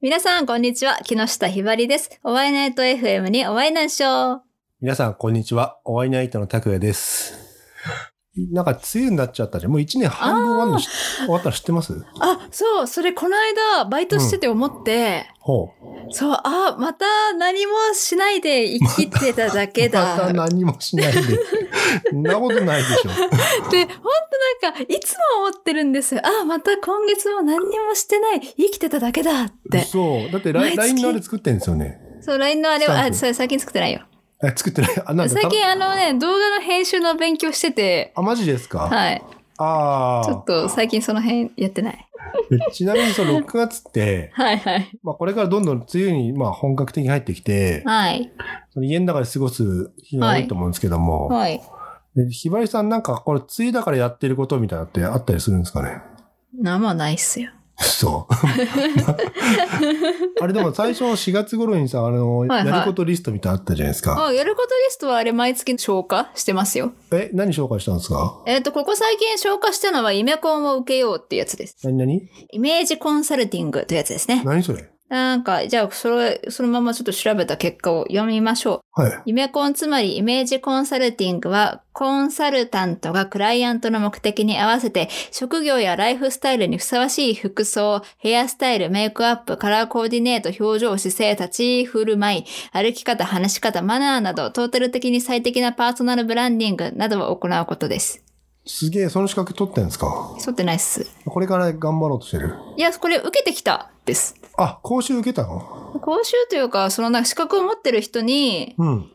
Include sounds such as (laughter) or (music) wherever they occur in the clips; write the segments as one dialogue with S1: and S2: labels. S1: 皆さん、こんにちは。木下ひばりです。お会いナイト FM にお会いなんしょう。
S2: 皆さん、こんにちは。お会いナイトの拓也です。なんか、梅雨になっちゃったじゃん。もう一年半分終わるのし終わったの知ってます
S1: あ、そう、それこの間、バイトしてて思って、
S2: ほ
S1: そう、あ、また何もしないで生きてただけ
S2: う。
S1: (laughs) だ。
S2: また
S1: っ
S2: 何もしな
S1: (laughs)
S2: いで。そんなことないでしょ。
S1: て、ほんとなんか、いつも思ってるんですよ。あ、また今月も何にもしてない、生きてただけだって。
S2: そう。だって
S1: 毎月
S2: LINE LINE のあれ作ってんですよね。
S1: そう、LINE のあれは、
S2: スタン
S1: あ、
S2: プ
S1: それ最近作ってないよ。
S2: え作ってない。あ、なんだ
S1: 最近あのね、動画の編集の勉強してて、
S2: あ、マジですか、
S1: はい。
S2: ああ。
S1: ちょっと最近その辺やってない。
S2: えちなみにその6月って、
S1: はいはい。
S2: まあこれからどんどん梅雨にまあ本格的に入ってきて、
S1: はい。
S2: その家の中で過ごす日が多いと思うんですけども、
S1: はい。
S2: でひばりさんなんかこれ梅雨だからやってることみたいなのってあったりするんですかね
S1: なんもないっすよ。 (laughs)
S2: そう。あれでも最初4月頃にさ、あの、
S1: はい
S2: やることリストみたいなのあったじゃないですか。
S1: あ、やることリストはあれ毎月消化してますよ。
S2: え、何紹介したんですか
S1: えっ、と、ここ最近消化したのはイメコンを受けようっていうやつです。
S2: 何何
S1: イメージコンサルティングというやつですね。
S2: 何それ
S1: なんか、じゃあ、それ、そのままちょっと調べた結果を読みましょう。
S2: はい。
S1: イメコンつまりイメージコンサルティングは、コンサルタントがクライアントの目的に合わせて、職業やライフスタイルにふさわしい服装、ヘアスタイル、メイクアップ、カラーコーディネート、表情、姿勢、立ち居振る舞い、歩き方、話し方、マナーなど、トータル的に最適なパーソナルブランディングなどを行うことです。
S2: すげえ、その資格取ってんですか
S1: そうってないっす。
S2: これから頑張ろうとしてる。
S1: いや、これ受けてきたです。
S2: あ、講習受けたの
S1: 講習というか、そのなんか資格を持ってる人に
S2: うん。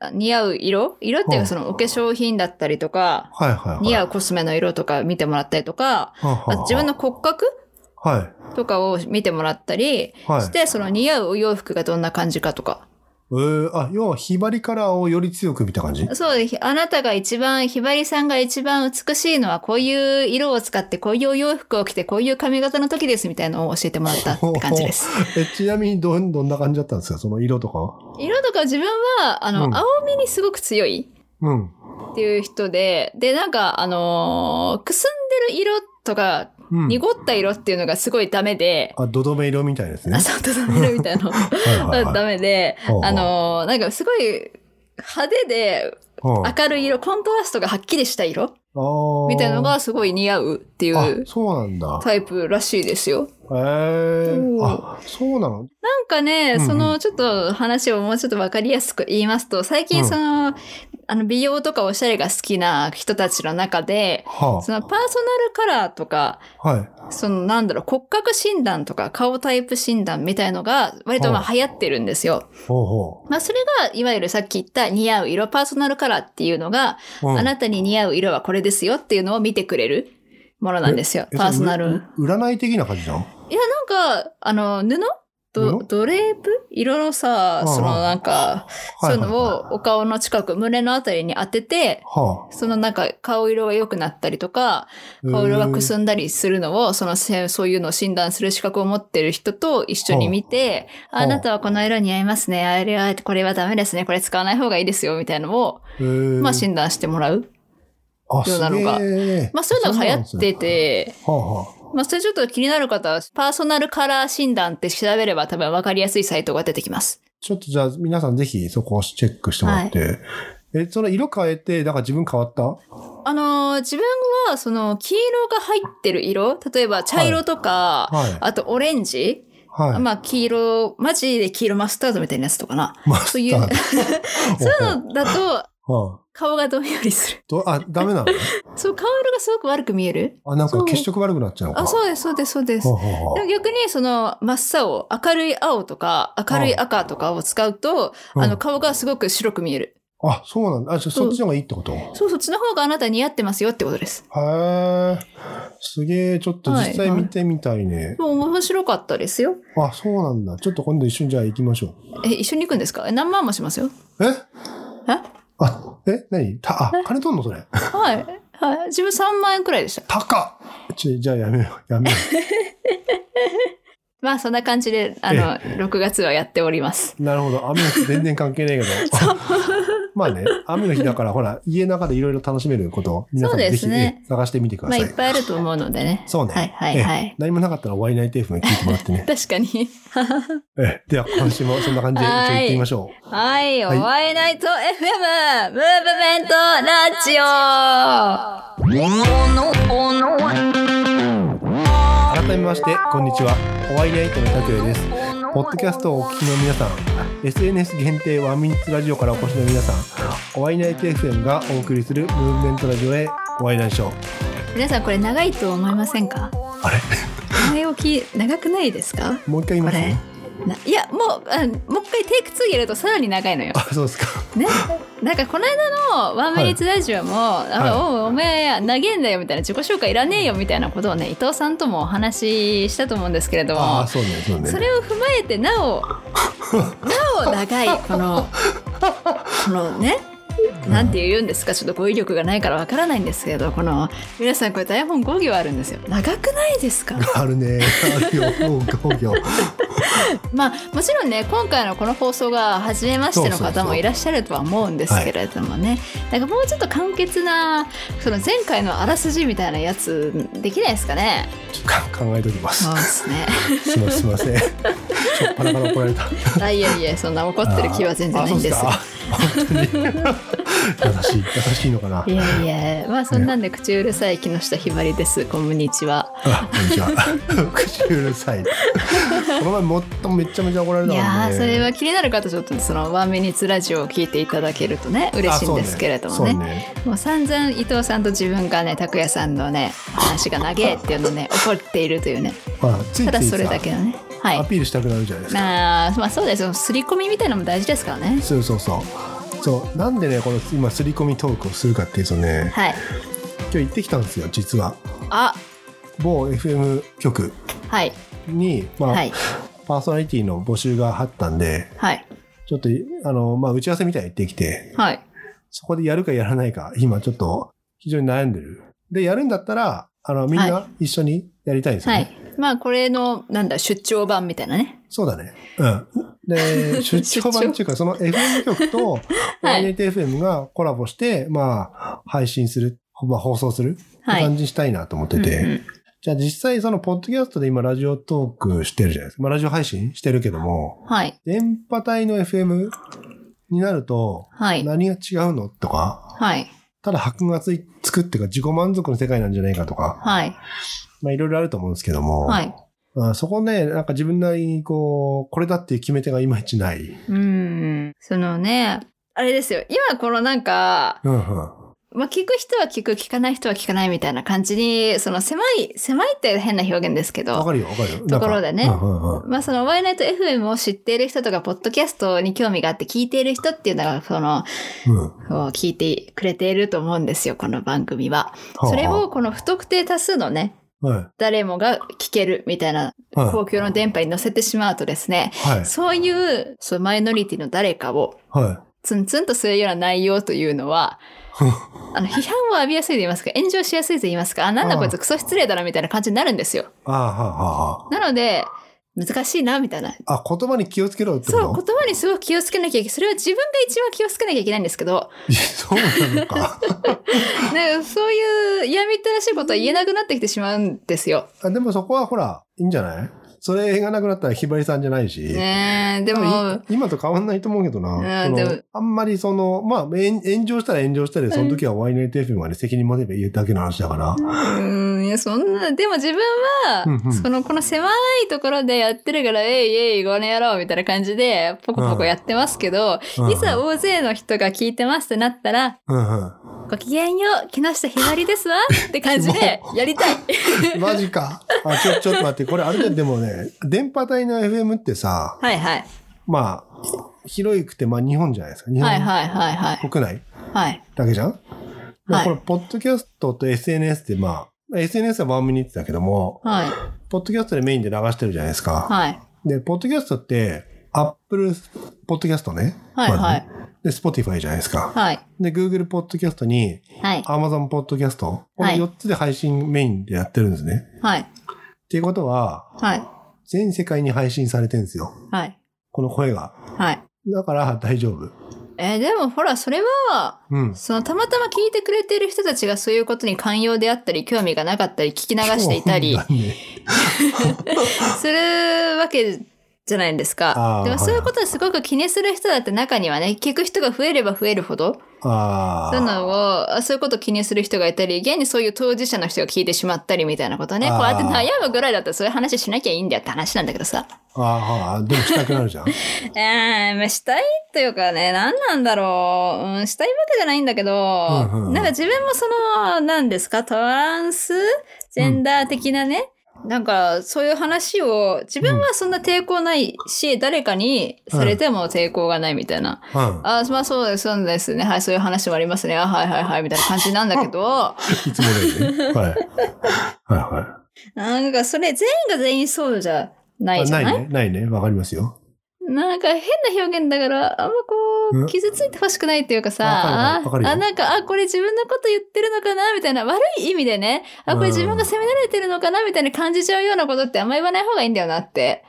S1: あ似合う色色っていうか
S2: はあ
S1: そのお化粧品だったりとか、
S2: はいはいはい。
S1: 似合
S2: う。
S1: うコスメの色とか見てもらったりとか、
S2: はあはあ
S1: あ自分の骨格
S2: は
S1: とかを見てもらったり
S2: い。はい。
S1: して、その似合うお洋服がどんな感じかとか。
S2: えー、あ、要は、ひばりカラーをより強く見た
S1: (laughs)
S2: 感じ
S1: そうです。あなたが一番、ひばりさんが一番美しいのはこういう色を使って、こういうお洋服を着て、こういう髪型の時ですみたいなのを教えてもらったって感じ
S2: (laughs)
S1: です。
S2: え、ちなみにどん、どんな感じだったんですかその色とかは
S1: 色とか自分は、あの、
S2: うん
S1: 青みにすごく強い。
S2: うん。
S1: っていう人で、で、なんか、あのーくすんでる色とか、
S2: うん。
S1: 濁った色っていうのがすごいダメで、
S2: あ、どどめ色みたいですね。
S1: あ、
S2: は
S1: そう、ダメ色みたいなの。
S2: いはいはい。
S1: ダメで、
S2: ほうほう
S1: (laughs) あのーなんかすごい派手で
S2: うん
S1: 明るい色、コントラストがはっきりした色
S2: あー
S1: みたいのがすごい似合うってい
S2: あ
S1: う
S2: そうなんだ。
S1: タイプらしいですよ。
S2: へえ
S1: うん
S2: あ、そうなの
S1: なんかね、
S2: うんうん
S1: そのちょっと話をもうちょっとわかりやすく言いますと、最
S2: う
S1: 近
S2: ん
S1: その、あの美容とかおしゃれが好きな人たちの中で、
S2: は
S1: そのパーソナルカラーとか、
S2: あ、はい。
S1: そのなんだろう、骨格診断とか顔タイプ診断みたいのが割とまあ流行ってるんですよ。
S2: ほうほ
S1: まあそれがいわゆるさっき言った似合う色、パーソナルカラーっていうのが、
S2: う。うん
S1: あなたに似合う色はこれですよっていうのを見てくれるものなんですよ。
S2: え
S1: パーソナル。いや
S2: それう占い的な感じなの
S1: なんか、あの、布ど
S2: 布
S1: ドレープ色のさ、
S2: うんうん
S1: そのなんか、そういうの
S2: は
S1: をお顔の近く、胸のあたりに当てて、
S2: いは
S1: そのなんか顔色が良くなったりとか、
S2: い。
S1: 顔色がく
S2: ん
S1: すんだりするのを、そのせ、そういうのを診断する資格を持ってる人と一緒に見て、
S2: は
S1: あ
S2: あ
S1: あなたはこの色似合いますね。あれは、これはダメですね。これ使わない方がいいですよ。みたいなのを、まあ診断してもらう。
S2: あ
S1: ようなのが
S2: すげえ
S1: まあそういうのが流行って。て、
S2: そうなんですねは
S1: まあそれちょっと気になる方は、パーソナルカラー診断って調べれば多分分かりやすいサイトが出てきます。
S2: あ。ちょっとじゃあ皆さんぜひそこをチェックしてもらって。え、その色変えて、だから自分変わった
S1: あのー自分はその黄色が入ってる色、例えば茶色とか、
S2: はい
S1: あとオレンジ、
S2: はい。
S1: まあ黄色、マジで黄色マスタードみたいなやつとかな。
S2: マ
S1: そ
S2: スタ
S1: ういう、
S2: ー
S1: そういうのだと、
S2: ド。は
S1: 顔がどんよりする (laughs)
S2: い。。どあ、ダメなの
S1: そう、顔色がすごく悪く見える。
S2: あ、なん
S1: そ
S2: か
S1: う
S2: 血色悪くなっちゃうのか。
S1: あ、そうです、そうです、そうです。
S2: はあはあ
S1: でも逆に、その、真っ青、明るい青とか、明るい赤とかを使うと、
S2: うん
S1: あの、顔がすごく白く見える。
S2: あ、そうなんだ。あ、じゃあ
S1: そう
S2: そっちの方がいいってことへ
S1: そう、そっちの方があなた似合ってますよってことです。
S2: え。すげえ、ちょっと実際見てみたいね。
S1: もう面白かったですよ。
S2: あ、そうなんだ。ちょっと今度一緒にじゃあ行きましょ
S1: え、一緒に行くんですかえ、何万もしますよ。
S2: う。え
S1: え
S2: あ、え何た、あ、金取んのそれ。
S1: はい。はい。自分3万円くらいでした。
S2: 高っちょじゃあやめよう。やめよ
S1: まあ、そんな感じで、あの、6月はやっております。 (laughs)
S2: う。なるほど。雨の日全然関係ないけど。 (laughs) まあね、雨の日だから、ほら、家の中でいろいろ楽しめることを、皆さん
S1: そう
S2: ぜ
S1: で
S2: ひ、
S1: すね
S2: ええ探してみてくだ
S1: まあ、
S2: さい。
S1: いっぱいあると思うのでね。
S2: そうね
S1: はいはいは
S2: ええ
S1: い。。
S2: 何もなかったら、ワイナイテープも聞いてもらってね
S1: 確かに。
S2: ええでは、今週もそんな感じで、一応
S1: はい
S2: 行ってみましょう。
S1: はい、
S2: はい
S1: お会いナイト FM! ムーブメントラジオ
S2: 改めまして、こんにちは。ワイナイトの拓也です。ポッドキャストをお聞きの皆さん、SNS 限定ワンミニッツラジオからお越しの皆さん、ワイナイト FM がお送りするムーブメントラジオへお会いナイしょう。
S1: 皆さんこれ長いと思いませんか
S2: あれ
S1: 前置き長くないですか
S2: もう一回言い
S1: こ
S2: ます
S1: れ
S2: ね。
S1: ないやもうあもう一回テイク2入れるとさらに長いのよ
S2: あ、そうですか。
S1: ねなんかこの間の「ワンミニッツラジオも」あおうお前投げんだよみたいな自己紹介いらねえよみたいなことをね伊藤さんともお話ししたと思うんですけれど
S2: あ
S1: も
S2: あ、そうね、そうね。
S1: それを踏まえてなおなお長いこのこのねなんて言うんですかちょっと語彙力がないからわからないんですけどこの皆さんこれ台本5行あるんですよ長くないです
S2: (laughs)
S1: か
S2: あるね。あるよ。もう工業。
S1: まあもちろんね今回のこの放送が初めましての
S2: そうそう
S1: 方
S2: そ
S1: も
S2: う
S1: いらっしゃるとは思うんですけれどもねだからもうちょっと簡潔なその前回のあらすじみたいなやつできないですかね
S2: ちょっと考えておきます
S1: そ。うですね
S2: すみません。すみません。ちょっとから怒られた。
S1: あいやいやそんな怒ってる気は全然ないんですよ。
S2: あそうですか本当に優しい優しいのかない
S1: やいや、まあそんなんで口うるさい木下ひばりです。こんにちは。
S2: あ、こん
S1: (laughs)
S2: にちは。口うるさい。この前もっとめっちゃめちゃ怒られ
S1: い
S2: たもんね。
S1: やー、それは気になる方ちょっとそのワンミニッツラジオを聞いていただけるとね嬉しいんですけれどもね
S2: あそうね
S1: もう散々伊藤さんと自分がね拓也さんのね話が長えっていうのをね
S2: (laughs)
S1: 怒っているというね
S2: そうねまあ、ついつい
S1: ただそれ
S2: さ
S1: だけのねは
S2: ア
S1: い
S2: ピールしたくなるじゃないですか。
S1: まあまあそうですよ刷り込みみたいなのも大事ですからね
S2: そうそうそう。そうなんでねこの今刷り込みトークをするかっていうとね
S1: はい
S2: 今日行ってきたんですよ実は
S1: あ
S2: 某 FM 局
S1: はい
S2: に、まあ
S1: はい
S2: パーソナリティの募集があったんで
S1: はい
S2: ちょっとあの、まあ、打ち合わせみたいに行ってきて
S1: はい
S2: そこでやるかやらないか、今ちょっと非常に悩んでる。で、やるんだったら、あの、みんな一緒にやりたいんですよ
S1: は
S2: ね。
S1: いまあこれのなんだ出張版みたいなね
S2: そうだね。うん。
S1: (laughs)
S2: で、出張版っていうか、その FM 局と YNTFM がコラボして、まあ、配信する、まあ、放送するって
S1: はい
S2: 感じにしたいなと思ってて。
S1: うんうん
S2: じゃあ実際その、ポッドキャストで今、ラジオトークしてるじゃないですか。まあ、ラジオ配信してるけども、
S1: はい
S2: 電波帯の FM になると、
S1: はい
S2: 何が違うのとか、
S1: はい
S2: ただ箔がついつくっていうか自己満足の世界なんじゃないかとか、
S1: はい
S2: まあいろいろあると思うんですけども、
S1: はい
S2: まあそこね、なんか自分なりにこう、これだっていう決め手がいまいちない。
S1: うん。そのね、あれですよ。今このなんか、
S2: うんうん。
S1: まあ、聞く人は聞く、聞かない人は聞かないみたいな感じに、その狭い、狭いって変な表現ですけ
S2: わ
S1: ど、
S2: かるよ、わかるよ。
S1: ところでね
S2: なんかうんうんうん
S1: まあそのワイナイト FM を知っている人とか、ポッドキャストに興味があって聞いている人っていうのが、その、
S2: うん
S1: こう聞いてくれていると思うんですよ、この番組は。
S2: はあ
S1: それを、この不特定多数のね、
S2: はい
S1: 誰もが聞けるみたいな
S2: はい
S1: 公共の電波に乗せてしまうとですね、
S2: はい。
S1: そういう、そのマイノリティの誰かを、
S2: は
S1: ツンツンとするような内容というの
S2: (laughs)
S1: は、あの批判を浴びやすいと言いますか、炎上しやすいと言いますか、あ、なんだこいつクソ失礼だなみたいな感じになるんですよ。
S2: ああ、はあ、は
S1: なので、難しいなみたいな。
S2: あ。あ、言葉に気をつけろってこ
S1: そう、
S2: と
S1: 言葉にすごく気をつけなきゃいけない。それは自分が一番気をつけなきゃいけないんですけ
S2: (laughs)
S1: ど、
S2: そうそうなのか。
S1: なんかそういう嫌みったらしいことは言えなくなってきてしまうんですよ。
S2: あでもそこはほら、いいんじゃないそれがなくなったらひばりさんじゃないし。
S1: ねえ、で
S2: 多分
S1: も、
S2: い今と変わんないと思うけどな。
S1: うん
S2: その
S1: でも
S2: あんまりその、まあ、炎炎上したら炎上したで、その時はワイネイテーフィンはね、責任持てば言えただけの話だから。
S1: うん、いや、そんな、でも自分
S2: うんうん
S1: は、その、この狭いところでやってるから、えいえい、この野郎みたいな感じで、ポコポコやってますけど、
S2: うん
S1: いざ大勢の人が聞いてますってなったら、
S2: うんうん。
S1: ごきげんよう、木下ひばりですわって感じ
S2: (laughs)
S1: でやりたい。
S2: マジか。あ、ちょ、ちょっと待って、これあれだよでもね、電波帯の FM ってさ、
S1: はいはい。
S2: まあ、広くて、まあ日本じゃないですか。
S1: (laughs)
S2: 日
S1: はい
S2: 本
S1: はいはいはい。
S2: 国内
S1: はい。
S2: だけじゃん、で
S1: はい
S2: これ、ポッドキャストと SNS ってまあ、SNS はワンミニッツだけども、
S1: はい。
S2: ポッドキャストでメインで流してるじゃないですか。
S1: はい。
S2: で、ポッドキャストって、アップルポッドキャストね。
S1: はい
S2: まずねで、スポティファイじゃないですか。
S1: はい。
S2: で、Google ポッドキャストに、
S1: はい。
S2: Amazon ポッドキャスト。この
S1: はい
S2: 4つで配信メインでやってるんですね。っ
S1: はい。
S2: ていうことは、
S1: はい。
S2: 全世界に配信されてるんですよ。
S1: はい。
S2: この声が。
S1: はい。
S2: だから大丈夫。
S1: えーでもほら、それは、
S2: うん。
S1: そのたまたま聞いてくれてる人たちがそういうことに寛容であったり、興味がなかったり、聞き流していたり
S2: そうなんだね
S1: するわけじゃないです
S2: あ
S1: か
S2: ー。
S1: でも
S2: はい
S1: そういうことをすごく気にする人だって中にはね、聞く人が増えれば増えるほど、
S2: ああ。
S1: そういうのを、あそういうことを気にする人がいたり、現にそういう当事者の人が聞いてしまったりみたいなことね、
S2: あ
S1: こ
S2: ー
S1: うやって悩むぐらいだったらそういう話しなきゃいいんだよって話なんだけどさ。
S2: ああ、でもしたくなる
S1: (laughs)
S2: じゃん。
S1: えー、まあしたいというかね、何なんだろう。うん、したいわけじゃないんだけど、
S2: うんうんうん
S1: なんか自分もその、何ですか、トランスジェンダー的なね、なんかそういう話を、自分はそんな抵抗ないし、誰かにされても抵抗がないみたいな。
S2: うん。
S1: あまあそうです、そうですね。はい、そういう話もありますね。あはいはいはい、みたいな感じなんだけど、
S2: いつも通りね。はい。はいはい。
S1: なんかそれ全員が全員そうじゃないじゃ
S2: あ
S1: ない
S2: ないね。ないね。わかりますよ。
S1: なんか変な表現だから、あんまこ
S2: うん
S1: う、傷ついてほしくないっていうか
S2: わか
S1: さ、
S2: るわ
S1: あ、
S2: かるよ
S1: あなんか、あ、これ自分のこと言ってるのかなみたいな、悪い意味でね、あ、これ自分が責められてるのかなみたいな感じちゃうようなことってあんま言わない方がいいんだよなって。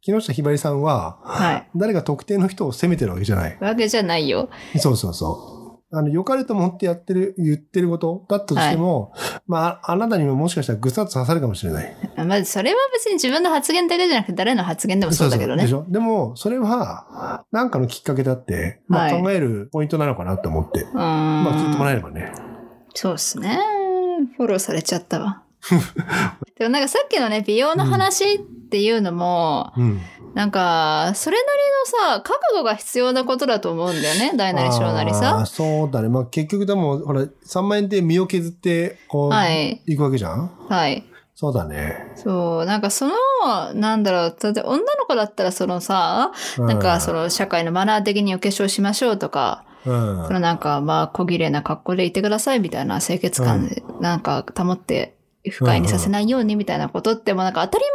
S2: 木下ひばりさんは、
S1: はい。
S2: 誰か特定の人を責めてるわけじゃない。
S1: わけじゃないよ。
S2: そうそうそう。あの、良かれと思ってやってる、言ってることだったとしても、まあ、あなたにももしかしたらぐさっと刺さるかもしれない。
S1: まず、それは別に自分の発言だけじゃなくて、誰の発言でもそうだけどね。
S2: でしょでも、それは、なんかのきっかけだって、ま
S1: は
S2: あ、
S1: い
S2: 考えるポイントなのかなと思って。
S1: うーん。
S2: まあ、聞いてもらえればね。
S1: そうっすね。フォローされちゃった
S2: (laughs)
S1: わ。でもなんかさっきのね、美容の話っていうのも、
S2: うん。
S1: なんか、それなりのさ、覚悟が必要なことだと思うんだよね。大なり小なり
S2: あー
S1: さ。
S2: そうだね。まあ、結局でも、ほら、3万円で身を削って、こう、
S1: はい。
S2: 行くわけじゃん
S1: はい。
S2: そうだね。
S1: そう、なんかその、なんだろう、だって女の子だったらそのさ、なんかそ
S2: の、
S1: の社会のマナー的にお化粧しましょうとか、
S2: うん
S1: そのなんかまあ小綺麗な格好でいてくださいみたいな清潔感で、なんか保って不快にさせないようにみたいなことってもうなんか当たり前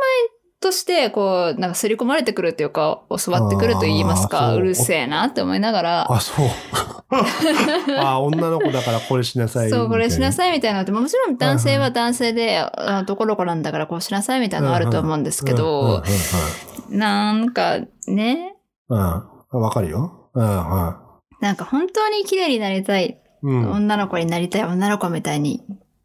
S1: としてこうなんか刷り込まれてくるっていうか教わってくると言います
S2: あー
S1: か
S2: そう
S1: うるせえなって思いながら
S2: あ、
S1: (laughs)
S2: そう。あ、女の子だからこれしなさい。
S1: そうこれしないさいみたいなのってもちろん男性は男性であところこなんだからこうしなさいみたいなのあると思うんですけ
S2: うんうんう
S1: ど
S2: ん
S1: なんかね
S2: うんうん。わかるよ。うんうん。
S1: なんか本当に綺麗になりたい
S2: うん、
S1: 女の子になりたい女の子みたいに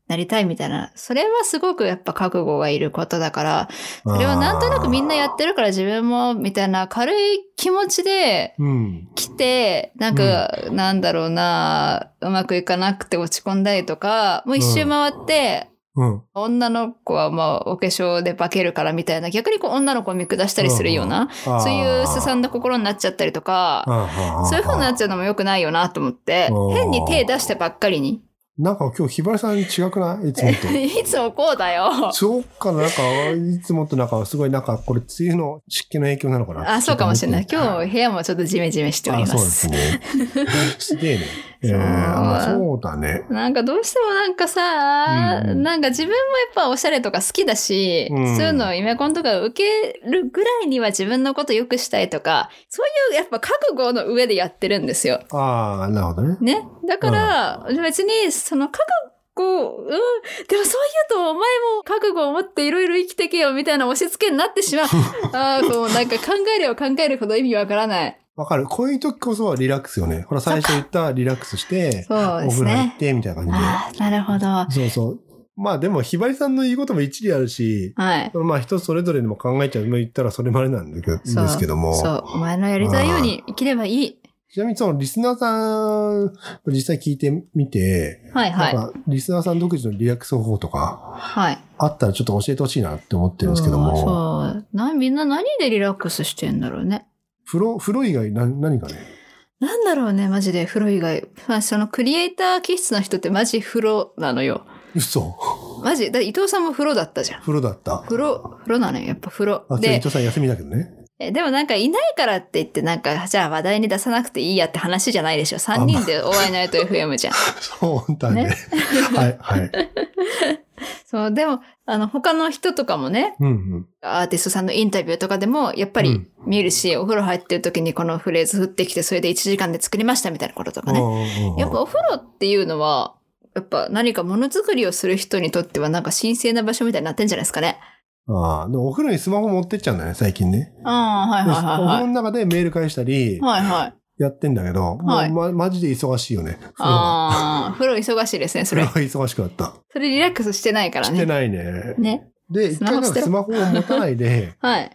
S1: なりたいみたいなそれはすごくやっぱ覚悟がいることだからそれはなんとなくみんなやってるから自分もみたいな軽い気持ちで
S2: うん。
S1: 来てなんか、なんだろうなうまくいかなくて落ち込んだりとかもう一周回って、
S2: うん。
S1: 女の子はまあお化粧で化けるからみたいな逆にこう女の子を見下したりするような、そういうすさんだ心になっちゃったりとか、
S2: だ
S1: そういう風になっちゃうのも良くないよなと思って、
S2: うん
S1: 変に手出してばっかりに。 (laughs)
S2: なんか今日ひばりさん違くないいつも
S1: いつもこうだよ
S2: と。。そうかな、なんか、いつもとなんか、すごいなんか、これ、梅雨の湿気の影響なのかな。
S1: あ、そうかもしれない。今
S2: 日
S1: 日部屋もちょっとジメジメしておりま。
S2: あ、そうですすね。
S1: (laughs)
S2: すげえね。えー、あそうだね。
S1: なんかどうしてもなんかさ、
S2: うん
S1: なんか自分もやっぱおしゃれとか好きだし、
S2: うん
S1: そういうのをイメコンとか受けるぐらいには自分のこと良くしたいとか、そういうやっぱ覚悟の上でやってるんですよ。
S2: ああ、なるほどね。
S1: ね。だから、別に、その覚悟、うん、でもそういうと、お前も覚悟を持っていろいろ生きてけよ、みたいな押し付けになってし
S2: (laughs)
S1: まう。ああ、こう、なんか考えれば考えるほど意味わからない。
S2: わかる。こういう時こそリラックスよね。ほら、最初言ったリラックスして、
S1: そう
S2: お
S1: です
S2: 風呂入っ
S1: ね。
S2: て、みたいな感
S1: ああ、なるほど。は
S2: じで。そうそう。まあでも、ひばりさんの言うことも一理あるし、
S1: い。
S2: まあ人それぞれでも考えちゃう。まあ言ったらそれまでなんだけど、
S1: そう
S2: ですけども。
S1: そう、お前のやりたいように生きればいい。
S2: ちなみにそのリスナーさん、実際聞いてみて、
S1: はいはい。
S2: なんかリスナーさん独自のリラックス方法とか、
S1: はい。
S2: あったらちょっと教えてほしいなって思ってるんですけど
S1: うん
S2: も、
S1: そう。な、みんな何でリラックスしてんだろうね。
S2: 風呂、風呂以外何何かね。
S1: なんだろうね、マジで、風呂以外。まあ、そのクリエイター気質の人ってマジ風呂なのよ。
S2: 嘘。
S1: マジ、だって伊藤さんも風呂だったじゃん。
S2: 風呂だった。
S1: 風呂、風呂なのよ、やっぱ風呂
S2: あ、。今日伊
S1: で、
S2: 藤さん休みだけどね。
S1: えでもなんかいないからって言って、なんか、じゃあ話題に出さなくていいやって話じゃないでしょ。3人でお会いないと FM じゃん。
S2: そうだね。
S1: ね
S2: はい、はい。
S1: そう、でも、あの、他の人とかもね、
S2: うん
S1: (laughs)
S2: うん。
S1: アーティストさんのインタビューとかでも、やっぱ
S2: う
S1: り
S2: ん
S1: 見るし、お風呂入ってる時にこのフレーズ降ってきて、それで1時間で作りましたみたいなこととかね。やっぱお風呂っていうのは、やっぱ何かものづくりをする人にとってはなんか神聖な場所みたいになってんじゃないですかね。
S2: ああ、でもお風呂にスマホ持ってっちゃうんだね、最近ね。
S1: ああ、はい
S2: でお風
S1: はい
S2: 呂の中でメール返したり、
S1: はい。はいはい。
S2: やってんだけど、
S1: はい
S2: もうま、マジで忙しいよね。
S1: ああ、風呂忙しいですね、そ
S2: それ
S1: れ
S2: は。忙しかった。
S1: それリラックスしてないから
S2: して
S1: ね。
S2: ないね。
S1: ね。
S2: で、一
S1: スマホ
S2: 回なんかスマホを持たないで、 (laughs)
S1: はい。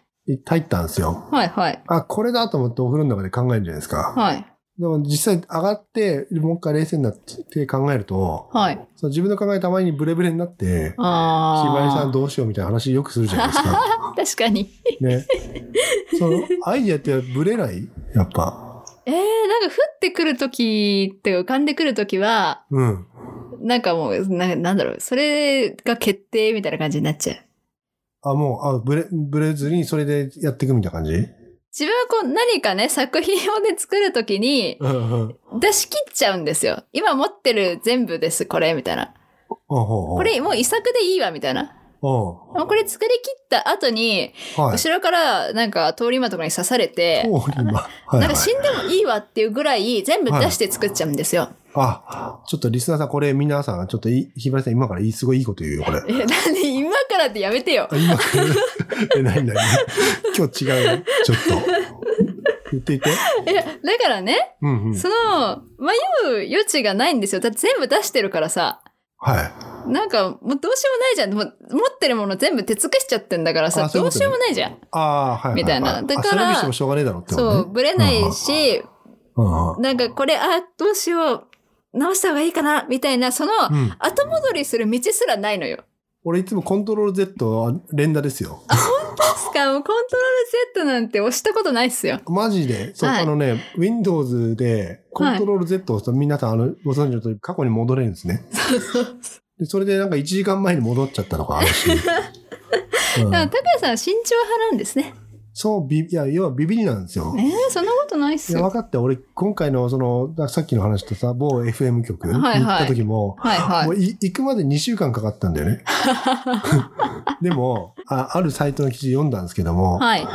S2: 入ったんですよ。
S1: はい、はい。
S2: あ、これだと思ってお風呂の中で考えるんじゃないですか。
S1: はい。
S2: でも実際上がって、もう一回冷静になって考えると、
S1: はい。
S2: その自分の考えたまにブレブレになって、ひばりさ
S1: あ
S2: んどうしようみたいな話よくするじゃないですか。
S1: あ。確かに。
S2: ね。そのアイディアってブレないやっぱ。
S1: えー、なんか降ってくるときって浮かんでくるときは、
S2: うん。
S1: なんかもうな、なんだろう、それが決定みたいな感じになっちゃう。
S2: あ、もう、あ、ブレ、ブレずにそれでやっていくみたいな感じ
S1: 自分はこう何かね、作品をね、作るときに
S2: うんうん。
S1: 出し切っちゃうんですよ。今持ってる全部です、これ、みたいな。
S2: こ
S1: これもう遺作でいいわ、みたいな。もうこれ作り切った後に、
S2: はい。
S1: 後ろからなんか通り魔とかに刺されて、
S2: 通り魔。はい、
S1: (laughs) なん
S2: は
S1: か
S2: い。
S1: 死んでもいいわっていうぐらい全部出して作っちゃうんですよ。
S2: あ、ちょっとリスナーさん、これ皆さん、ちょっといひばりさん今からいい、すごいいいこと言うよ、
S1: (laughs)
S2: これ。
S1: え、なんで今からってやめてよ。
S2: あ今から、 (laughs) え、何 (laughs) 何今日違うよちょっと。言っていて。
S1: いや、だからね、
S2: うんうん。
S1: その、迷う余地がないんですよ。だって全部出してるからさ。
S2: はい。
S1: なんか、もうどうしようもないじゃん。もう持ってるもの全部手尽くしちゃってんだからさ、
S2: あそうい
S1: ど
S2: うこ
S1: う
S2: とね
S1: しようもないじゃん。
S2: ああ、はいはい、はい。
S1: みたいな
S2: あ
S1: だから
S2: それにしてもしょうがねえだろうってこ
S1: そ
S2: と
S1: う、
S2: ね。
S1: ぶれないし、
S2: うんうん。
S1: なんかこれ、あ、どうしよう、直した方がいいかな、みたいな、その、
S2: うん、
S1: 後戻りする道すらないのよ。
S2: 俺いつもコントロール Z は連打ですよ。
S1: しかも、コントロール Z なんて押したことないっすよ。
S2: マジ
S1: (laughs)
S2: で、そう、
S1: はい
S2: あのね、Windows でコントロール Z を押すと皆さん、あの、ご存知の通り過去に戻れるんですね。でそれでなんか1時間前に戻っちゃったとかあ
S1: (laughs)
S2: るし。うん
S1: だから、高谷さんは慎重派なんですね。
S2: そう、ビいや、要はビビりなんですよ
S1: え。ー、そんなことないっ
S2: い
S1: す
S2: や
S1: よ。
S2: 分かって、俺、今回の、その、ださっきの話とさ、某 FM 局
S1: は
S2: に
S1: いはい
S2: 行った時も、
S1: はいはい。
S2: もうい行くまで2週間かかったんだよ
S1: (laughs)
S2: ね。でもあ、あるサイトの記事読んだんですけども、
S1: はい。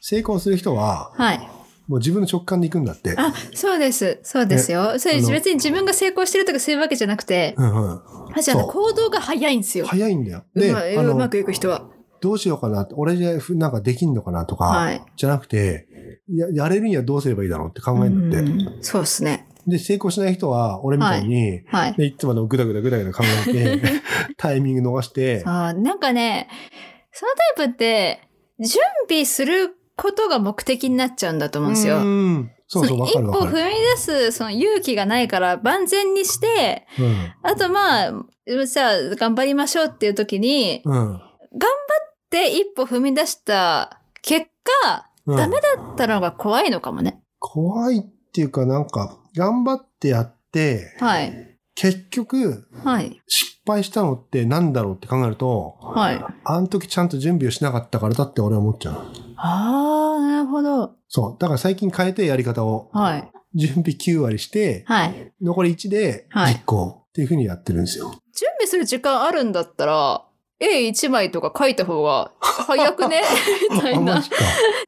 S2: 成功する人は、
S1: はい。
S2: もう自分の直感で行くんだって。
S1: あ、そうです。そうですよ。それ
S2: あの
S1: 別に自分が成功してるとかそういうわけじゃなくて、
S2: うんうん、
S1: あじゃあ
S2: そう
S1: あの行動が早いんですよ。
S2: 早いんだよ。
S1: う
S2: で、
S1: まい
S2: あ
S1: う
S2: の
S1: ま、くいく人は。
S2: どうしようかなって、俺じゃ、ふなんかできんのかなとか、
S1: はい
S2: じゃなくて、や、やれるにはどうすればいいだろうって考えるんだって。
S1: うんそうですね。
S2: で、成功しない人は、俺みたいに、
S1: はい。
S2: で、いつまでもぐだぐだぐだぐだ考えて、
S1: (laughs)
S2: タイミング逃して、
S1: あーなんかね、そのタイプって、準備することが目的になっちゃうんだと思うんですよ。
S2: ん。そうそう、
S1: の
S2: わか
S1: 一
S2: る
S1: 歩
S2: わかる。
S1: 踏み出すその勇気がないから万全にして、
S2: うん。
S1: あとまあ、じゃあ頑張りましょうっていう時に、
S2: うん。
S1: で一歩踏み出した結果、
S2: うん
S1: ダメだったのが怖いのかもね。
S2: 怖いっていうか、なんか、頑張ってやって、
S1: はい。
S2: 結局、
S1: はい。
S2: 失敗したのってなんだろうって考えると、
S1: はい。
S2: あの時ちゃんと準備をしなかったからだって俺は思っちゃう。
S1: ああ、なるほど。
S2: そう。だから最近変えてやり方を、
S1: はい。
S2: 準備9割して、
S1: はい。
S2: 残り1で
S1: はい
S2: 実行っていうふうにやってるんですよ。
S1: 準備する時間あるんだったら、A1 枚とか書いた方が早く
S2: (laughs)
S1: ねみたい
S2: あ、マ
S1: な。
S2: ジか。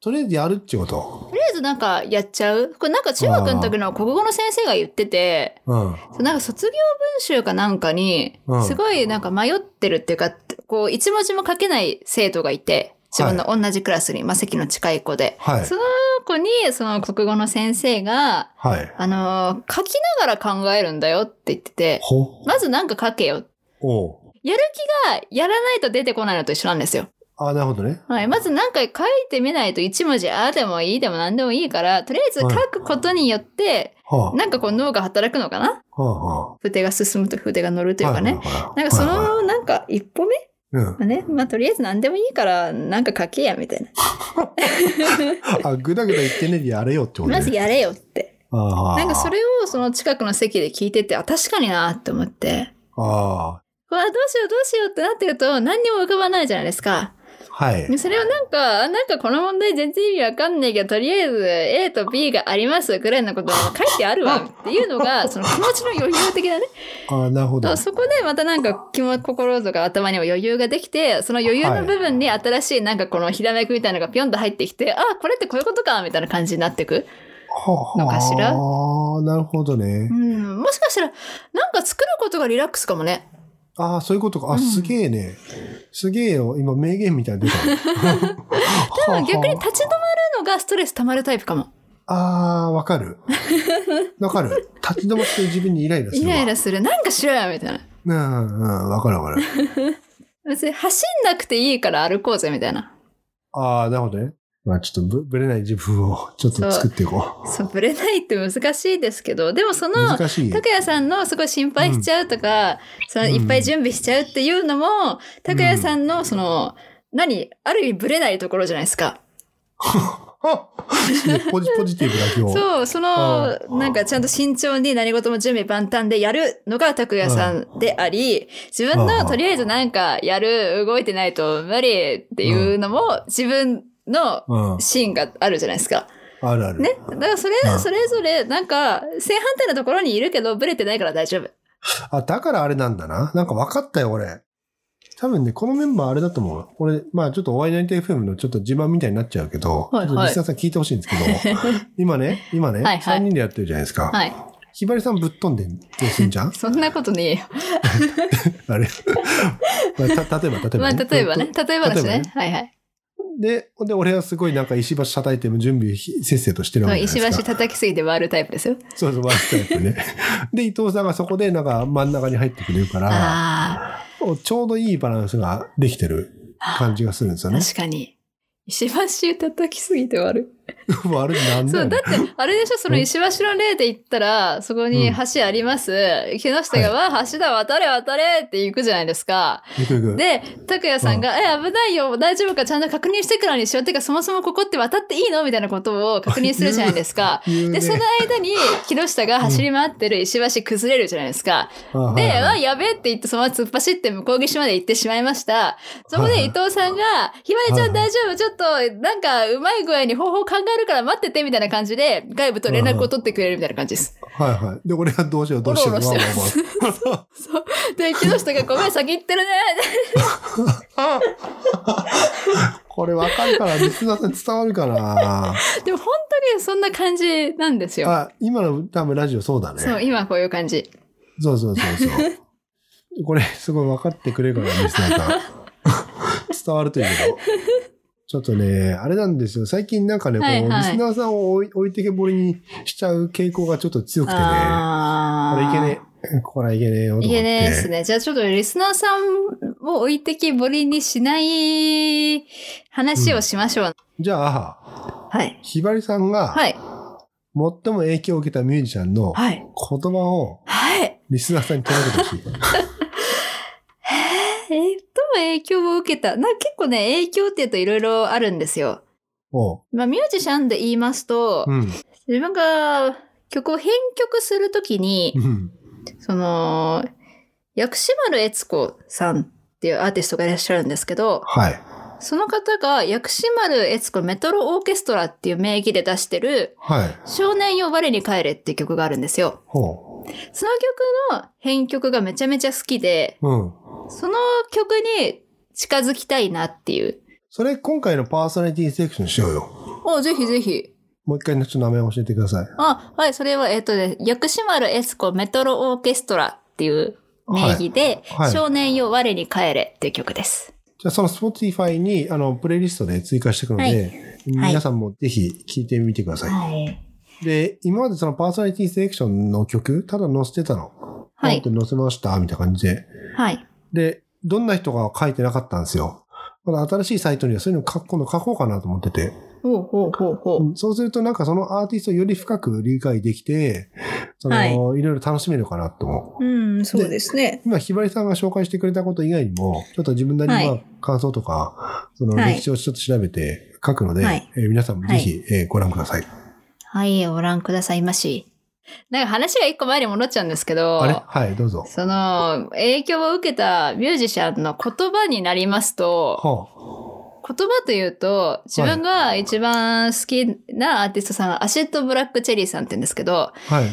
S2: とりあえずやるってこと
S1: と。りあえずなんかやっちゃうこれなんか中学の時の国語の先生が言ってて、
S2: うん。
S1: なんか卒業文集かなんかに
S2: うん、
S1: すごいなんか迷ってるっていうか、こう一文字も書けない生徒がいて、自分の同じクラスに、まあ席の近い子で。
S2: はい
S1: そ。の子に、その国語の先生が、
S2: はい。
S1: あのー書きながら考えるんだよって言ってて、
S2: ほ。
S1: まずなんか書けよ。
S2: おう。
S1: やる気がやらないと出てこないのと一緒なんですよ。
S2: あ、なるほどね。
S1: はい。まずなんか書いてみないと一文字、ああでもいいでも何でもいいから、とりあえず書くことによって、
S2: は
S1: なんかこう脳が働くのかな
S2: あ、はあ、はあ。
S1: 筆が進むと筆が乗るというかね。
S2: はいはいはい
S1: なんかそ
S2: はいはい
S1: の、なんか一歩目
S2: うん。
S1: がね、まあとりあえず何でもいいから、なんか書けや、みたいな。
S2: あ、ぐだぐだ言ってねでやれよってことね。
S1: まずやれよって。
S2: ああ。
S1: なんかそれをその近くの席で聞いてて、あ、確かになって思って。
S2: あ
S1: うわどうしようどうしようってなってると何にも浮かばないじゃないですか。
S2: あ。はい。
S1: でそれをなんか、あなんかこの問題全然意味わかんないけど、とりあえず A と B がありますぐらいのことが書いてあるわっていうの
S2: (laughs)
S1: が、その気持ちの余裕的なね。
S2: ああ、なるほど。
S1: そこでまたなんか気も心とか頭にも余裕ができて、その余裕の部分に新しいなんかこのひらめくみたいなのがピョンと入ってきて、あ、これってこういうことかみたいな感じになっていく。
S2: の
S1: のかしら
S2: ああ、なるほどね
S1: う。ん、もしかしたら、なんか作ることがリラックスかもね。
S2: ああ、そういうことか。
S1: う
S2: あ、
S1: ん
S2: すげえね。すげえよ。今、名言みたいに出た。
S1: (laughs) 多
S2: 多
S1: 分逆に立ち止まるのがストレス溜まるタイプかも。
S2: あー、わ
S1: (laughs)
S2: かる。わかる。立ち止まって自分にイライラす
S1: イ
S2: るわ。
S1: ライラする。なんかしろよみたいな。
S2: うんうん、わかるわかる。
S1: 別に走んなくていいから歩こうぜみたいな。
S2: あー、なるほどね。まあちょっとぶぶれない自分をちょっと作っていこ。
S1: そう、ぶれないって難しいですけど、でもそうの、
S2: 難しい。
S1: 拓也さんのすごい心配しちゃうとか、その
S2: うん
S1: いっぱい準備しちゃうっていうのも、拓也さんのその、何、ある意味ブレないところじゃないですか。
S2: (laughs) あすげえポジポジティブだ今日。
S1: そう、そ
S2: あ
S1: の、
S2: ー
S1: なんかちゃんと慎重に何事も準備万端でやるのが拓也さんであり、自分
S2: あ
S1: の
S2: ー
S1: とりあえずなんかやる、動いてないと無理っていうのも自分の
S2: うん、
S1: シーンがあるじゃないですか。
S2: あるある。
S1: ね。だからそれ
S2: う、ん
S1: それぞれなんか正反対なところにいるけど、ブレてないから大丈夫。
S2: あ、だからあれなんだな。なんか分かったよ、俺。多分ね、このメンバーあれだと思う。俺、まあちょっとお会いナイト FM のちょっと自慢みたいになっちゃうけど、
S1: はいはい
S2: ちょっとリスナーさん聞いてほしいんですけ
S1: (laughs)
S2: ど、今ね、今ね、
S1: はいはい
S2: 3人でやってるじゃないですか。
S1: はい。
S2: ひばりさんぶっ飛んでん、すんじゃん
S1: そんなことねえよ。
S2: あれ、 (laughs) まあた。例えば、例えば、
S1: まあ、例えばね。。例え話ね。はいはい。
S2: で、で、俺はすごいなんか石橋叩いても準備ひせっせとしてるわけじゃな
S1: 石
S2: いですか。
S1: 橋叩きすぎて回るタイプですよ。
S2: そうそう、ワンスタイプね。
S1: (laughs)
S2: で、伊藤さんがそこでなんか真ん中に入ってくれるから、
S1: あ
S2: ちょうどいいバランスができてる
S1: あー、
S2: 感じがするんですよね。
S1: 確かに。石橋叩きすぎて回る。
S2: もうあれなんだ
S1: そ
S2: よ
S1: う、だ
S2: ね
S1: っ。て、あれでしょ、その石橋の例で言ったら、そこに橋あります。木下が、わあ、橋だ、渡れ、渡れって行くじゃないですか。
S2: 行く行く。
S1: で、拓也さんが、え、危ないよ、大丈夫か、ちゃんと確認してからにしよう。てか、そもそもここって渡っていいのみたいなことを確認するじゃないですか。
S2: 言う
S1: で、
S2: ね
S1: その間に、木下が走り回ってる石橋崩れるじゃないですか。
S2: あ
S1: で、
S2: はい
S1: わ
S2: は
S1: あ、
S2: い
S1: やべえって言って、そのまま突っ走って向こう岸まで行ってしまいました。そこ
S2: はい
S1: で
S2: はい
S1: 伊藤さんが、ひばりちゃん
S2: はいは
S1: 大丈夫ちょっと、なんか、うまい具合に方法考えるから待ってて、みたいな感じで、外部と連絡を取ってくれるみたいな感じです。
S2: はいはい。で、俺はどうしようどうしよう。
S1: おろおろしてま
S2: わわわわ
S1: で、木下が、ごめん、先行ってるね。
S2: (laughs) これわかるから、リスナーさん伝わるかな。
S1: でも、本当にそんな感じなんですよ。
S2: あ、今の多分ラジオそうだね。
S1: そう、今こういう感じ。
S2: そうそうそうそう。これ、すごい分かってくれるから、リスナーさん。 (laughs) 伝わるといいけど。ちょっとね、あれなんですよ。最近なんかね、
S1: はいはい
S2: こう、リスナーさんを置い置いてけぼりにしちゃう傾向がちょっと強くてね。こ
S1: あ
S2: れい
S1: ー
S2: けねえ。これいけねえよと思って。
S1: いけねえですね。じゃあちょっとリスナーさんを置いてきぼりにしない話をしましょう。
S2: じゃあ、
S1: はい。
S2: ひばりさんが、
S1: は
S2: 最
S1: い。
S2: も影響を受けたミュージシャンの
S1: はい。
S2: 言葉を
S1: はい。
S2: リスナーさんに届けてほし
S1: (laughs)
S2: い。
S1: えっとも影響を受けた。な結構ね、影響っていうといろいろあるんですよ。
S2: おう。
S1: まあ、ミュージシャンで言いますと、
S2: うん。
S1: 自分が曲を編曲するときに、
S2: うん。
S1: その、薬師丸悦子さんっていうアーティストがいらっしゃるんですけど、
S2: はい。
S1: その方が薬師丸悦子メトロオーケストラっていう名義で出してる、
S2: はい。
S1: 少年よ我に帰れっていう曲があるんですよ。
S2: ほ
S1: その曲の編曲がめちゃめちゃ好きで、
S2: う。うん。
S1: その曲に近づきたいなっていう。
S2: それ、今回のパーソナリティセクションしようよ。
S1: お、ぜひぜひ。
S2: もう一回のちょっと名前教えてください。
S1: あ、はい、それは、えっ、とね、薬師丸エスコメトロオーケストラっていう名義で、
S2: はいはい
S1: 少年よ我に帰れっていう曲です。
S2: じゃあその Spotify にあのプレイリストで追加していくので、
S1: はい
S2: 皆さんもぜひ聞いてみてください。
S1: はい。
S2: で、今までそのパーソナリティセレクションの曲、ただ載せてたの。
S1: は
S2: ポ
S1: い。
S2: ンって載せました、みたいな感じで。
S1: はい。
S2: で、どんな人が書いてなかったんですよ。まだ新しいサイトにはそういうの書今度書こうかなと思ってて。
S1: ほうほうほうほう。
S2: そうするとなんかそのアーティストをより深く理解できて、その、
S1: はいい、
S2: ろいろ楽しめるかなと思う。
S1: うん、
S2: そうです
S1: ね。
S2: 今、ひばりさんが紹介してくれたこと以外にも、ちょっと自分なりにま
S1: は
S2: あ感想とか、その
S1: はい
S2: 歴史をちょっと調べて書くので、
S1: はい
S2: えー皆さんもぜひ、えーご覧ください。
S1: はい、ご覧くださいまし。なんか話が一個前に戻っちゃうんですけ
S2: あれ
S1: ど、
S2: はい、どうぞ。
S1: その、影響を受けたミュージシャンの言葉になりますと、
S2: は
S1: 言葉というと、自分が一番好きなアーティストさんが、アシェット・ブラック・チェリーさんって言うんですけど、
S2: あ、はい。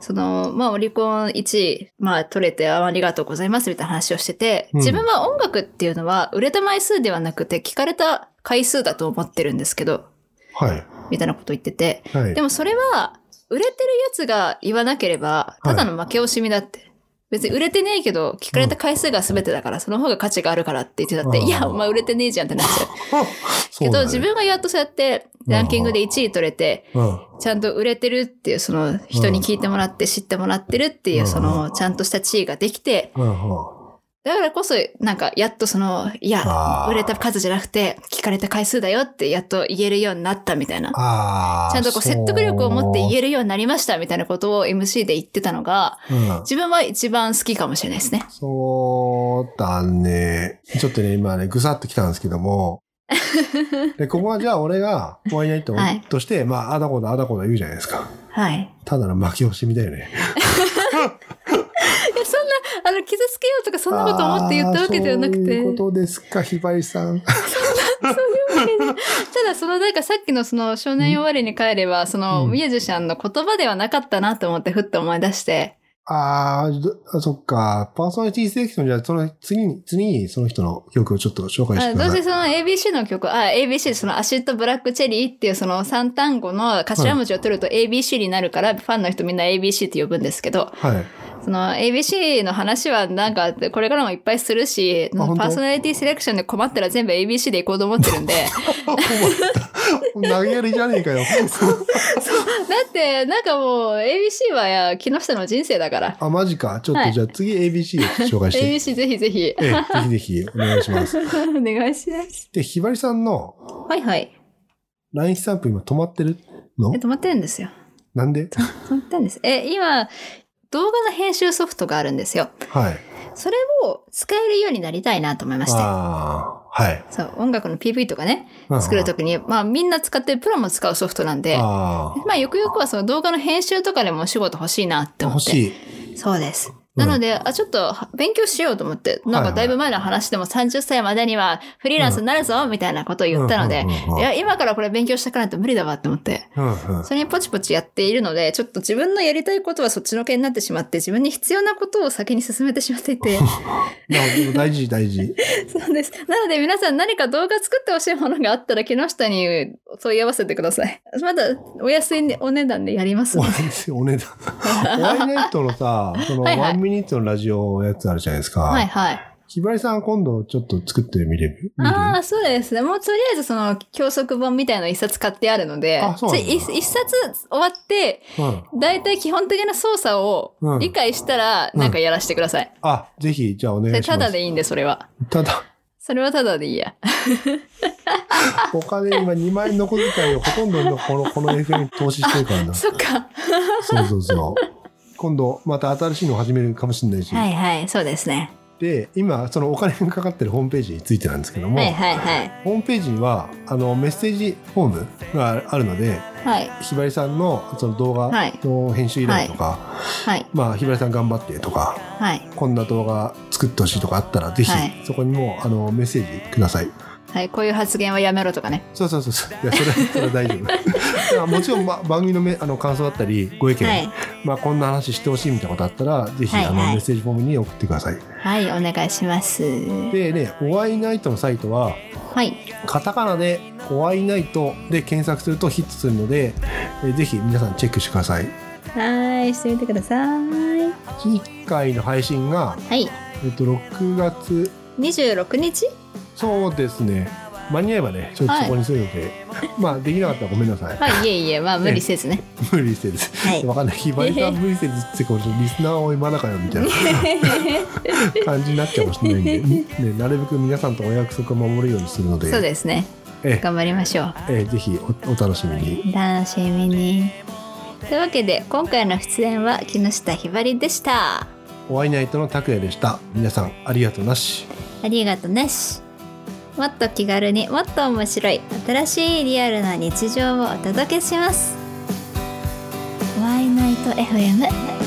S1: その、まあ、オリコン1位、まあ、取れてありがとうございますみたいな話をしてて、
S2: うん
S1: 自分は音楽っていうのは、売れた枚数ではなくて、聞かれた回数だと思ってるんですけど、
S2: はい。
S1: みたいなこと言ってて、
S2: はい
S1: で。もそれは、売れてるやつが言わなければ、ただの負け惜しみだって。別に売れてねえけど、聞かれた回数が全てだから、その方が価値があるからって言ってたって、
S2: うん
S1: いや、お前売れてねえじゃんってなっちゃう。
S2: そ
S1: け
S2: う
S1: ど、
S2: だね
S1: 自分がやっとそうやって、ランキングで1位取れて、
S2: うん
S1: ちゃんと売れてるっていう、その人に聞いてもらって知ってもらってるっていうう、
S2: ん
S1: そのちゃんとした地位ができて、
S2: うんうん
S1: だからこそ、なんか、やっとその、いや
S2: あ、ー
S1: 売れた数じゃなくて、聞かれた回数だよって、やっと言えるようになったみたいな。
S2: ああ
S1: ちゃんとこう説得力を持って言
S2: え
S1: えるようになりましたみたいなことを MC で言ってたのが、
S2: うん
S1: 自分は一番好きかもしれないですね。
S2: そうだね。ちょっとね、今ね、ぐさっときたんですけども。で、ここはじゃあ俺が、お会いないと、
S1: はい
S2: として、まあ、あだこだあだこだ言うじゃないですか。
S1: はい。
S2: ただの負け惜しみだよね。
S1: いや、そんな、あの、傷つけようとか、そんなこと思って言ったわけではなく
S2: あーそう
S1: て
S2: い、うことですか、ひばりさん。
S1: ただ、その、なんかさっきのその、少年終わりに帰れば、その、
S2: うん
S1: ミュージシャンの言葉ではなかったなと思って、ふっと思い出して、
S2: あーどあ、そっか。パーソナリティセレクションじゃあ、その次に、次にその人の曲をちょっと紹介し
S1: あ
S2: てく
S1: ど
S2: だ
S1: う
S2: さ
S1: せ
S2: い。
S1: その ABC の曲、あ、ABC、その、アシッドブラックチェリーっていう、その、三単語の頭文字を取ると ABC になるから、ファンの人みんな ABC って呼ぶんですけど、
S2: はい。
S1: その ABC の話はなんかこれからもいっぱいするし、パ
S2: あ本当
S1: ーソナリティセレクションで困ったら全部 ABC で行こうと思って
S2: (laughs)
S1: るんで、
S2: お前投げやりじゃね
S1: (laughs)
S2: えかよ。
S1: だってなんかもう ABC はや木下の人生だから、
S2: あ、マジか。ちょっ
S1: は
S2: と
S1: い
S2: じゃあ次 ABC を紹介して。
S1: ABC ぜひぜひ
S2: ええ、ぜひぜひお願いしま
S1: (laughs)
S2: す。
S1: お願いします。
S2: で、ひばりさんの
S1: はいはい。
S2: LINE スタンプ今止まってるの
S1: え、止まってるんですよ。
S2: なんで
S1: 止まってるんです。え、今、動画の編集ソフトがあるんですよ。
S2: はい。
S1: それを使えるようになりたいなと思いまして。
S2: ああ、はい。
S1: そう、音楽の PV とかね、
S2: うん
S1: 作るときに、まあみんな使ってる、プロも使うソフトなんで、
S2: あ
S1: まあ、よくよくはその動画の編集とかでもお仕事欲しいなって
S2: あ、
S1: 思って。
S2: 欲しい。
S1: そうです。
S2: うん
S1: なので、あ、ちょっと勉強しようと思って、なん
S2: はいは
S1: か
S2: い
S1: だいぶ前の話でも30歳までにはフリーランスになるぞ、みたいなことを言ったので
S2: うん、うんうんうん
S1: いや、今からこれ勉強したくないと無理だわって思って、
S2: うんうん
S1: それにポチポチやっているので、ちょっと自分のやりたいことはそっちのけになってしまって、自分に必要なことを先に進めてしまっていて、
S2: なるほどでも大事、大事。
S1: そうです。なので皆さん何か動画作ってほしいものがあったら、木下に問い合わせてください。まだお安いねお値段でやりますので。
S2: お値段。ホワイナイトのさ、その
S1: はいはい
S2: ワンミニッツのラジオやつあるじゃないですか。
S1: はいはい。
S2: ひばりさん今度ちょっと作ってみれる
S1: ああ、そうですね。もうとりあえずその教則本みたいの一冊買ってあるので、
S2: あそうなんだ
S1: つい一一冊終わって、
S2: うん。
S1: だいたい基本的な操作を
S2: うん
S1: 理解したら、
S2: うん
S1: なんかやらせてください。
S2: あ、ぜひ、じゃあお願
S1: それ
S2: いします。
S1: ただでいいんで、それは。
S2: ただ、
S1: それはただでいいや。
S2: お金今2万円の小遣いをほとんどのこの、この FM に投資してるからな。
S1: そっか。
S2: そうそうそう。今度また新しいのを始めるかもしれないし、
S1: はいはい、そうですね。
S2: で今そのお金がかかってるホームページについてなんですけども、
S1: はいはいはい。
S2: ホームページにはあのメッセージフォームがあるので
S1: はい。
S2: ひばりさんのその動画
S1: はい
S2: の編集依頼とか、
S1: はい。
S2: まあ、ひばりさん頑張ってとか
S1: はい。
S2: こんな動画作ってほしいとかあったらぜひ
S1: はい
S2: そこにもあのメッセージください。
S1: はい。こういう発言はやめろとかね。
S2: そうそうそうそういやそれ (laughs) はそれは大丈夫 (laughs) だからもちろん、ま、番組のめあの感想だったりご意見、
S1: はい。
S2: まあ、こんな話してほしいみたいなことあったらぜひ、
S1: はい
S2: あ
S1: は
S2: の
S1: い
S2: メッセージフォームに送ってください。
S1: はい、お願いします。
S2: でね、お会いナイトのサイトは、
S1: はい。
S2: カタカナでお会いナイトで検索するとヒットするので、えーぜひ皆さんチェックしてください。
S1: はい、してみてください。
S2: 次回の配信が、
S1: はい。
S2: えっと、6月、
S1: 26日
S2: そうですね、間に合えばね、ちょっと
S1: はい
S2: そこにするので、まあ、できなかったらごめんなさい。
S1: はい、いえいえ、まあ無理せずね。
S2: 無理せず。
S1: はい
S2: わかんない。ひばりさん無理せずって、このリスナーを今だからみたい
S1: (laughs)
S2: な感じになっちゃうかもしれないんで、ね、なるべく皆さんとお約束を守るようにするので、
S1: そうですね。
S2: え
S1: 頑張りましょう。
S2: ええーぜひおお楽しみに。
S1: 楽しみに。というわけで今回の出演は木下ひばりでした。
S2: お会いナイトの拓也でした。皆さんありがとうなし。
S1: ありがとねし。もっと気軽にもっと面白い新しいリアルな日常をお届けします。ワイナイト FM。